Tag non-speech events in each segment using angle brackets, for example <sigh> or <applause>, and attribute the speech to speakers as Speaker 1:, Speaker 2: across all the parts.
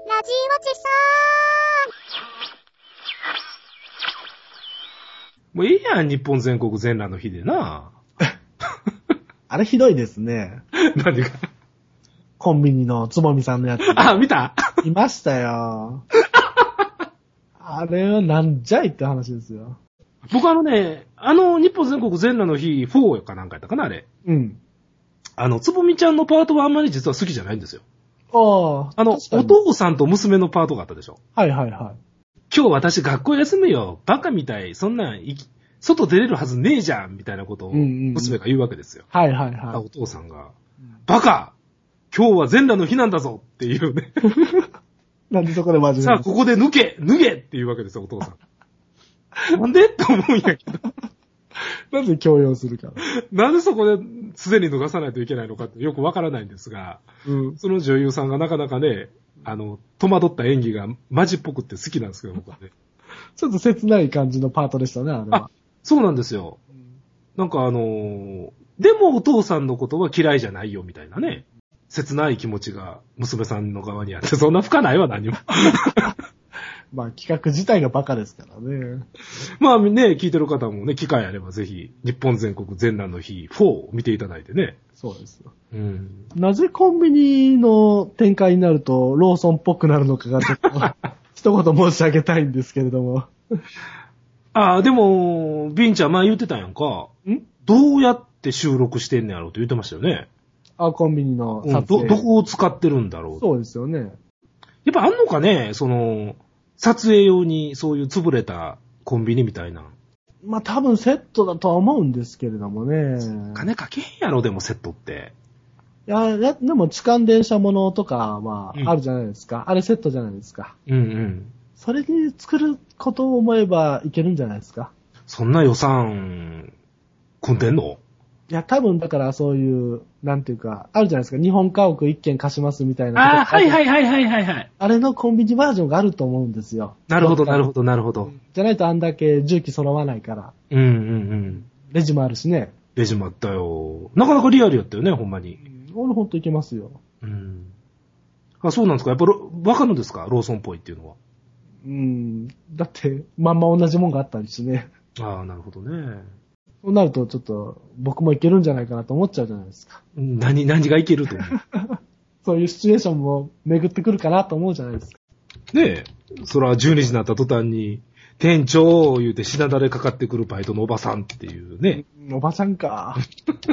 Speaker 1: ちそ
Speaker 2: もういいやん、日本全国全裸の日で
Speaker 3: <laughs>
Speaker 2: な。
Speaker 3: あれひどいですね。
Speaker 2: 何が。
Speaker 3: コンビニのつぼみさんのやつ。
Speaker 2: あ、見た
Speaker 3: いましたよ。あれはなんじゃいって話ですよ。
Speaker 2: 僕あのね、あの日本全国全裸の日4かなんかやったかな、あれ。
Speaker 3: うん。
Speaker 2: あの、つぼみちゃんのパートはあんまり実は好きじゃないんですよ。
Speaker 3: ああ。
Speaker 2: あの、
Speaker 3: 確かに
Speaker 2: お父さんと娘のパートがあったでしょ。
Speaker 3: はいはいは
Speaker 2: 今日私学校休むよ。バカみたい。そんなんいき、外出れるはずねえじゃんみたいなことを
Speaker 3: うんうんうん
Speaker 2: 娘が言うわけですよ。
Speaker 3: い。はいはいは
Speaker 2: お
Speaker 3: い。
Speaker 2: 父さんが
Speaker 3: ん、
Speaker 2: バカ今日は全裸の日なんだぞっていうね。
Speaker 3: なんでそこで真面目
Speaker 2: さ
Speaker 3: な
Speaker 2: あ、ここで抜け脱げっていうわけですよ、お父さ <laughs> ん。なんでって思うんやけど。
Speaker 3: なんで強要するか。
Speaker 2: なんでそこで、すでに脱がさないといけないのかってよくわからないんですが、
Speaker 3: うん。
Speaker 2: その女優さんがなかなかね、あの、戸惑った演技がマジっぽくって好きなんですけど、僕はね。
Speaker 3: ちょっと切ない感じのパートでしたね、 <laughs> あれは
Speaker 2: あ。、そうなんですよ。なんかあのーでもお父さんのことは嫌いじゃないよ、みたいなね。切ない気持ちが娘さんの側にあって、そんな深ないわ、何も。 <laughs>
Speaker 3: まあ企画自体がバカですからね。
Speaker 2: まあね、聞いてる方もね、機会あればぜひ、日本全国全裸の日4を見ていただいてね。
Speaker 3: そうですよ。
Speaker 2: うん。
Speaker 3: なぜコンビニの展開になるとローソンっぽくなるのかがちょっ <laughs> と一言申し上げたいんですけれども。
Speaker 2: ああ、でも、ビンちゃん前言ってたやんか。
Speaker 3: ん
Speaker 2: どうやって収録してんねやろうと言ってましたよね。
Speaker 3: あ、コンビニの撮
Speaker 2: うんど、
Speaker 3: 影。
Speaker 2: どこを使ってるんだろう。
Speaker 3: そうですよね。
Speaker 2: やっぱあんのかねその、撮影用にそういう潰れたコンビニみたいな。
Speaker 3: まあ多分セットだとは思うんですけれどもね。
Speaker 2: 金かけへんやろ、でもセットって。
Speaker 3: いや、やでも痴漢電車ものとかは
Speaker 2: うん
Speaker 3: あるじゃないですか。あれセットじゃないですか。
Speaker 2: うんうん。
Speaker 3: それに作ることを思えばいけるんじゃないですか。
Speaker 2: そんな予算、組んでんの
Speaker 3: いや、多分だからそういう、なんていうか、あるじゃないですか。日本家屋一軒貸しますみたいな。
Speaker 2: ああ、はい
Speaker 3: い。
Speaker 2: はいはいはいはいはい。
Speaker 3: あれのコンビニバージョンがあると思うんですよ。
Speaker 2: なるほど、なる
Speaker 3: ど。
Speaker 2: ほど、なるほど。
Speaker 3: じゃないとあんだけ重機揃わないから。
Speaker 2: うんうんうん。
Speaker 3: レジもあるしね。
Speaker 2: レジもあったよ。なかなかリアルやったよね、ほんまに。
Speaker 3: 俺ほんといけますよ。
Speaker 2: うん。あ、そうなんですかやっぱロ、わかるんですかローソンっぽいっていうのは。
Speaker 3: うん。だって、まんま同じもんがあったりしてね。 <laughs>
Speaker 2: ああ、なるほどね。
Speaker 3: そうなるとちょっと僕もいけるんじゃないかなと思っちゃうじゃないですか。
Speaker 2: うん何、何がいけると思う。
Speaker 3: そういうシチュエーションも巡ってくるかなと思うじゃないですか。
Speaker 2: <laughs> ねえ、そら12時になった途端に、店長言うて品だれかかってくるバイトのおばさんっていうね。
Speaker 3: おばちゃんか。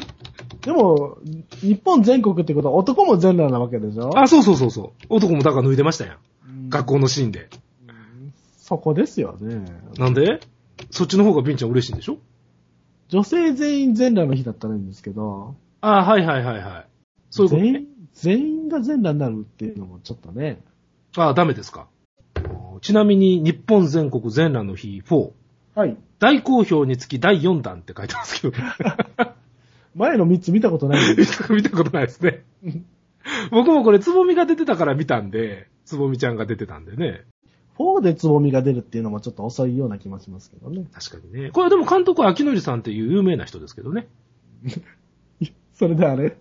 Speaker 3: <laughs> でも、日本全国ってことは男も全裸なわけでしょ
Speaker 2: あ、そうそうそうそう。男もだから脱いでましたやん。
Speaker 3: うん
Speaker 2: 学校のシーンで。
Speaker 3: そこですよね。
Speaker 2: なんでそっちの方がビンちゃん嬉しいんでしょ
Speaker 3: 女性全員全裸の日だったらいいんですけど、
Speaker 2: あはいはいはいはい。そういうこと
Speaker 3: 全
Speaker 2: ね
Speaker 3: 員。、全員が全裸になるっていうのもちょっとね。
Speaker 2: あダメですか。ちなみに、日本全国全裸の日4。
Speaker 3: はい。
Speaker 2: 大好評につき第4弾って書いてます <laughs> けど。
Speaker 3: 前の3つ見たことないんで <laughs>
Speaker 2: 見た <laughs> 見たことないですね。僕もこれ、つぼみが出てたから見たんで、つぼみちゃんが出てたんでね。
Speaker 3: 4でつぼみが出るっていうのもちょっと遅いような気もしますけどね。
Speaker 2: 確かにね。これでも監督は秋典さんっていう有名な人ですけどね。
Speaker 3: それであれん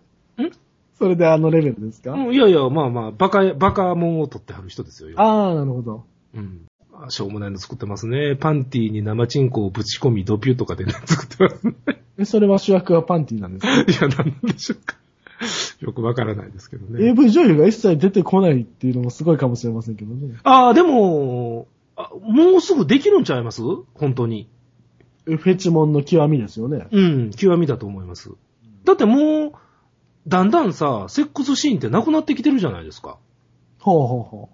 Speaker 3: それであのレベルですか、
Speaker 2: うん、いやいや、まあまあ、バカ、バカもんを取ってはる人ですよ。要は
Speaker 3: ああ、なるほど。
Speaker 2: うん。あしょうもないの作ってますね。パンティーに生チンコをぶち込み、ドピューとかで、ね、 <laughs> 作ってますね。
Speaker 3: え、それは主役はパンティなんですか、
Speaker 2: いや、なんなんでしょうか。よくわからないですけどね。
Speaker 3: ?AV 女優が一切出てこないっていうのもすごいかもしれませんけどね。
Speaker 2: ああ、でも、あもうすぐできるんちゃいます本当に。
Speaker 3: えフェチモンの極みですよね。
Speaker 2: うん、極みだと思います。だってもう、だんだんさ、セックスシーンってなくなってきてるじゃないですか。
Speaker 3: ほうほうほ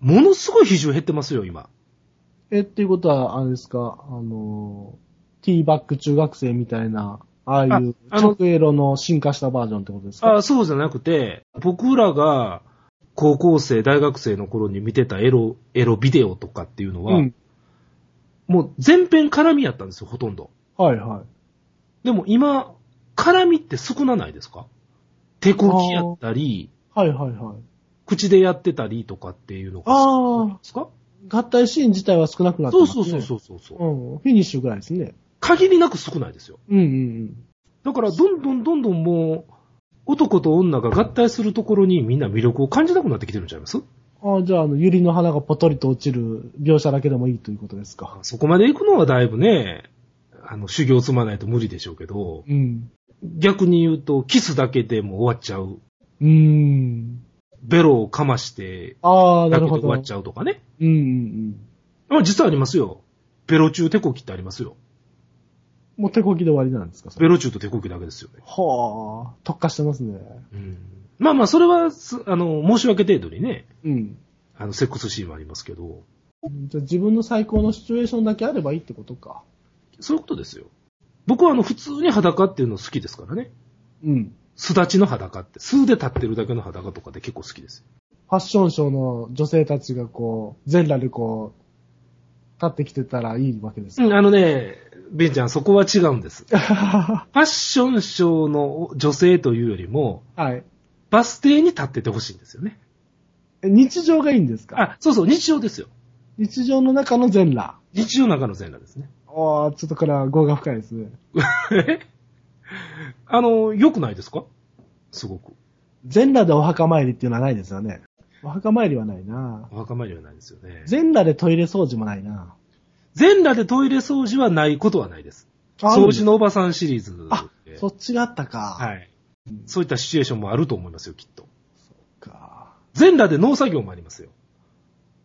Speaker 2: ものすごい比重減ってますよ、今。
Speaker 3: う。え、っていうことは、あれですか、あのー、ティーバック中学生みたいな、ああいう
Speaker 2: ああの
Speaker 3: 直エロの進化したバージョンってことですか
Speaker 2: あそうじゃなくて、僕らが高校生、大学生の頃に見てたエロ、エロビデオとかっていうのは、
Speaker 3: うん。
Speaker 2: もう全編絡みやったんですよ、ほとんど。
Speaker 3: はいはい。
Speaker 2: でも今、絡みって少なないですか手こきやったり、
Speaker 3: はいはいはい。
Speaker 2: 口でやってたりとかっていうのが少ない
Speaker 3: あ
Speaker 2: ですか
Speaker 3: あ、合体シーン自体は少なくなって
Speaker 2: そ
Speaker 3: ま
Speaker 2: う
Speaker 3: す、ね。
Speaker 2: そうそうそうそうそう。
Speaker 3: うん。フィニッシュぐらいですね。
Speaker 2: 限りなく少ないですよ。
Speaker 3: うんうんうん。
Speaker 2: だから、どんどんどんどんもう、男と女が合体するところにみんな魅力を感じなくなってきてるんちゃいます
Speaker 3: あじゃあ、あの、百合の花がポトリと落ちる描写だけでもいいということですか。
Speaker 2: そこまで行くのはだいぶね、あの、修行積まないと無理でしょうけど、
Speaker 3: うん。
Speaker 2: 逆に言うと、キスだけでも終わっちゃう。
Speaker 3: うーん。
Speaker 2: ベロをかまして、
Speaker 3: ああ、
Speaker 2: だ
Speaker 3: な
Speaker 2: け
Speaker 3: る
Speaker 2: で
Speaker 3: ほ
Speaker 2: 終
Speaker 3: ど。
Speaker 2: わ
Speaker 3: う
Speaker 2: っちゃうとかね。
Speaker 3: んうんうん。
Speaker 2: まあ実はありますよ。ベロ中手こきってありますよ。
Speaker 3: もう手こぎで終わりなんですか、それ
Speaker 2: ベロ中と手こきだけですよね。
Speaker 3: はあ、特化してますね。
Speaker 2: うん。まあまあ、それはす、あの、申し訳程度にね、
Speaker 3: うん。
Speaker 2: あの、セックスシーンはありますけど、
Speaker 3: じゃあ自分の最高のシチュエーションだけあればいいってことか。
Speaker 2: そういうことですよ。僕はあの、普通に裸っていうの好きですからね。
Speaker 3: うん。
Speaker 2: すだちの裸って、素で立ってるだけの裸とかで結構好きです。
Speaker 3: ファッションショーの女性たちがこう、全裸でこう、立ってきてたらいいわけです。
Speaker 2: うん、あのね、ベンちゃん、そこは違うんです。フ
Speaker 3: は
Speaker 2: ァッションショーの女性というよりも、
Speaker 3: <laughs> い。
Speaker 2: バス停に立っててほしいんですよね。
Speaker 3: え日常がいいんですか
Speaker 2: あ、そうそう、日常ですよ。
Speaker 3: 日常の中の全裸。
Speaker 2: 日常の中の全裸ですね。 <laughs>
Speaker 3: ああ、ちょっとこれは語が深いですね。
Speaker 2: えあの、良くないですかすごく。
Speaker 3: 全裸でお墓参りっていうのはないですよね。お墓参りはないな
Speaker 2: お墓参りはないですよね。
Speaker 3: 全裸でトイレ掃除もないな
Speaker 2: 全裸でトイレ掃除はないことはないです。掃除。のおばさんシリーズ
Speaker 3: あ
Speaker 2: で。
Speaker 3: そっちがあったか。
Speaker 2: はい。そういったシチュエーションもあると思いますよ、きっと。
Speaker 3: か
Speaker 2: 全裸で農作業もありますよ。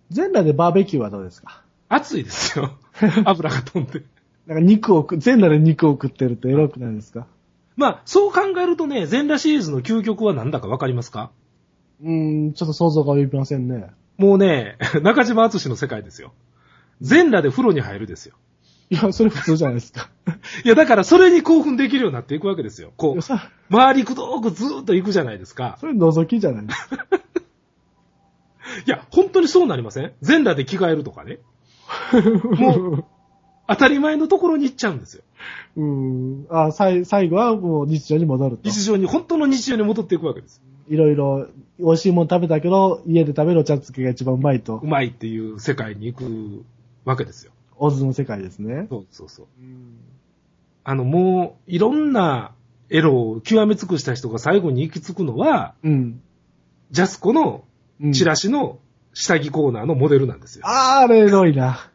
Speaker 3: 全裸でバーベキューはどうですか
Speaker 2: 暑いですよ。 <laughs> 油が飛んで。
Speaker 3: なんか肉を食、全裸で肉を食ってるとエロくないですか
Speaker 2: まあ、そう考えるとね、全裸シリーズの究極は何だかわかりますか
Speaker 3: うーん、ちょっと想像が及びませんね。
Speaker 2: もうね、 <laughs> 中島敦の世界ですよ。全裸で風呂に入るですよ。
Speaker 3: いや、それ普通じゃないですか。
Speaker 2: いや、だからそれに興奮できるようになっていくわけですよ。こ
Speaker 3: いうや、さ
Speaker 2: 周りくどーくずーっと行くじゃないですか。
Speaker 3: それ覗きじゃないですか。
Speaker 2: いや、本当にそうなりません全裸で着替えるとかね。 <laughs> も当たり前のところに行っちゃうんですよ。
Speaker 3: う、うん。あ、さい最後はもう日常に戻ると。
Speaker 2: 日常に、本当の日常に戻っていくわけです。
Speaker 3: いろいろ美味しいもの食べたけど、家で食べるお茶漬けが一番うまいと
Speaker 2: う。まいっていう世界に行くわけですよ。
Speaker 3: オズの世界ですね。
Speaker 2: そうそうそう。あの、もう、いろんなエロを極め尽くした人が最後に行き着くのは、
Speaker 3: うん。
Speaker 2: ジャスコの
Speaker 3: うん。
Speaker 2: チラシの下着コーナーのモデルなんですよ。
Speaker 3: あー、あれエロいな。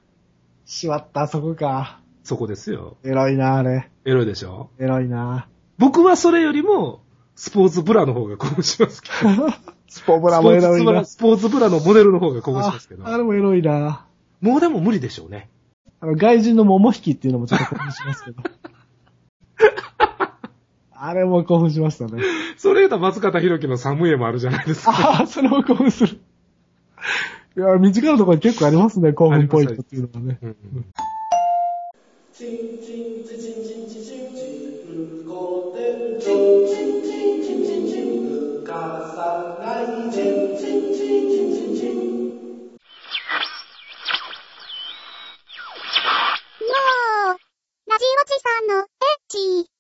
Speaker 3: しまった、そこか。
Speaker 2: そこですよ。
Speaker 3: エロいな、あれ。
Speaker 2: エロいでしょ
Speaker 3: エロいな。
Speaker 2: 僕はそれよりも、スポーツブラの方が興奮しますけど。
Speaker 3: スポブラもエロいな。
Speaker 2: スポーツブラのモデルの方が興奮し
Speaker 3: あ
Speaker 2: ますけど。
Speaker 3: あれもエロいな。
Speaker 2: もうでも無理でしょうね。
Speaker 3: あの、外人の桃引きっていうのもちょっと興奮しますけど。あれも興奮しましたね。
Speaker 2: それ言うと松方弘樹の寒い絵もあるじゃないですか。
Speaker 3: ああ、それも興奮する。いや、身近なところに結構ありますね、興奮ポイントっていうのはね。
Speaker 2: うんうん
Speaker 1: よーラジオチさんのエッチ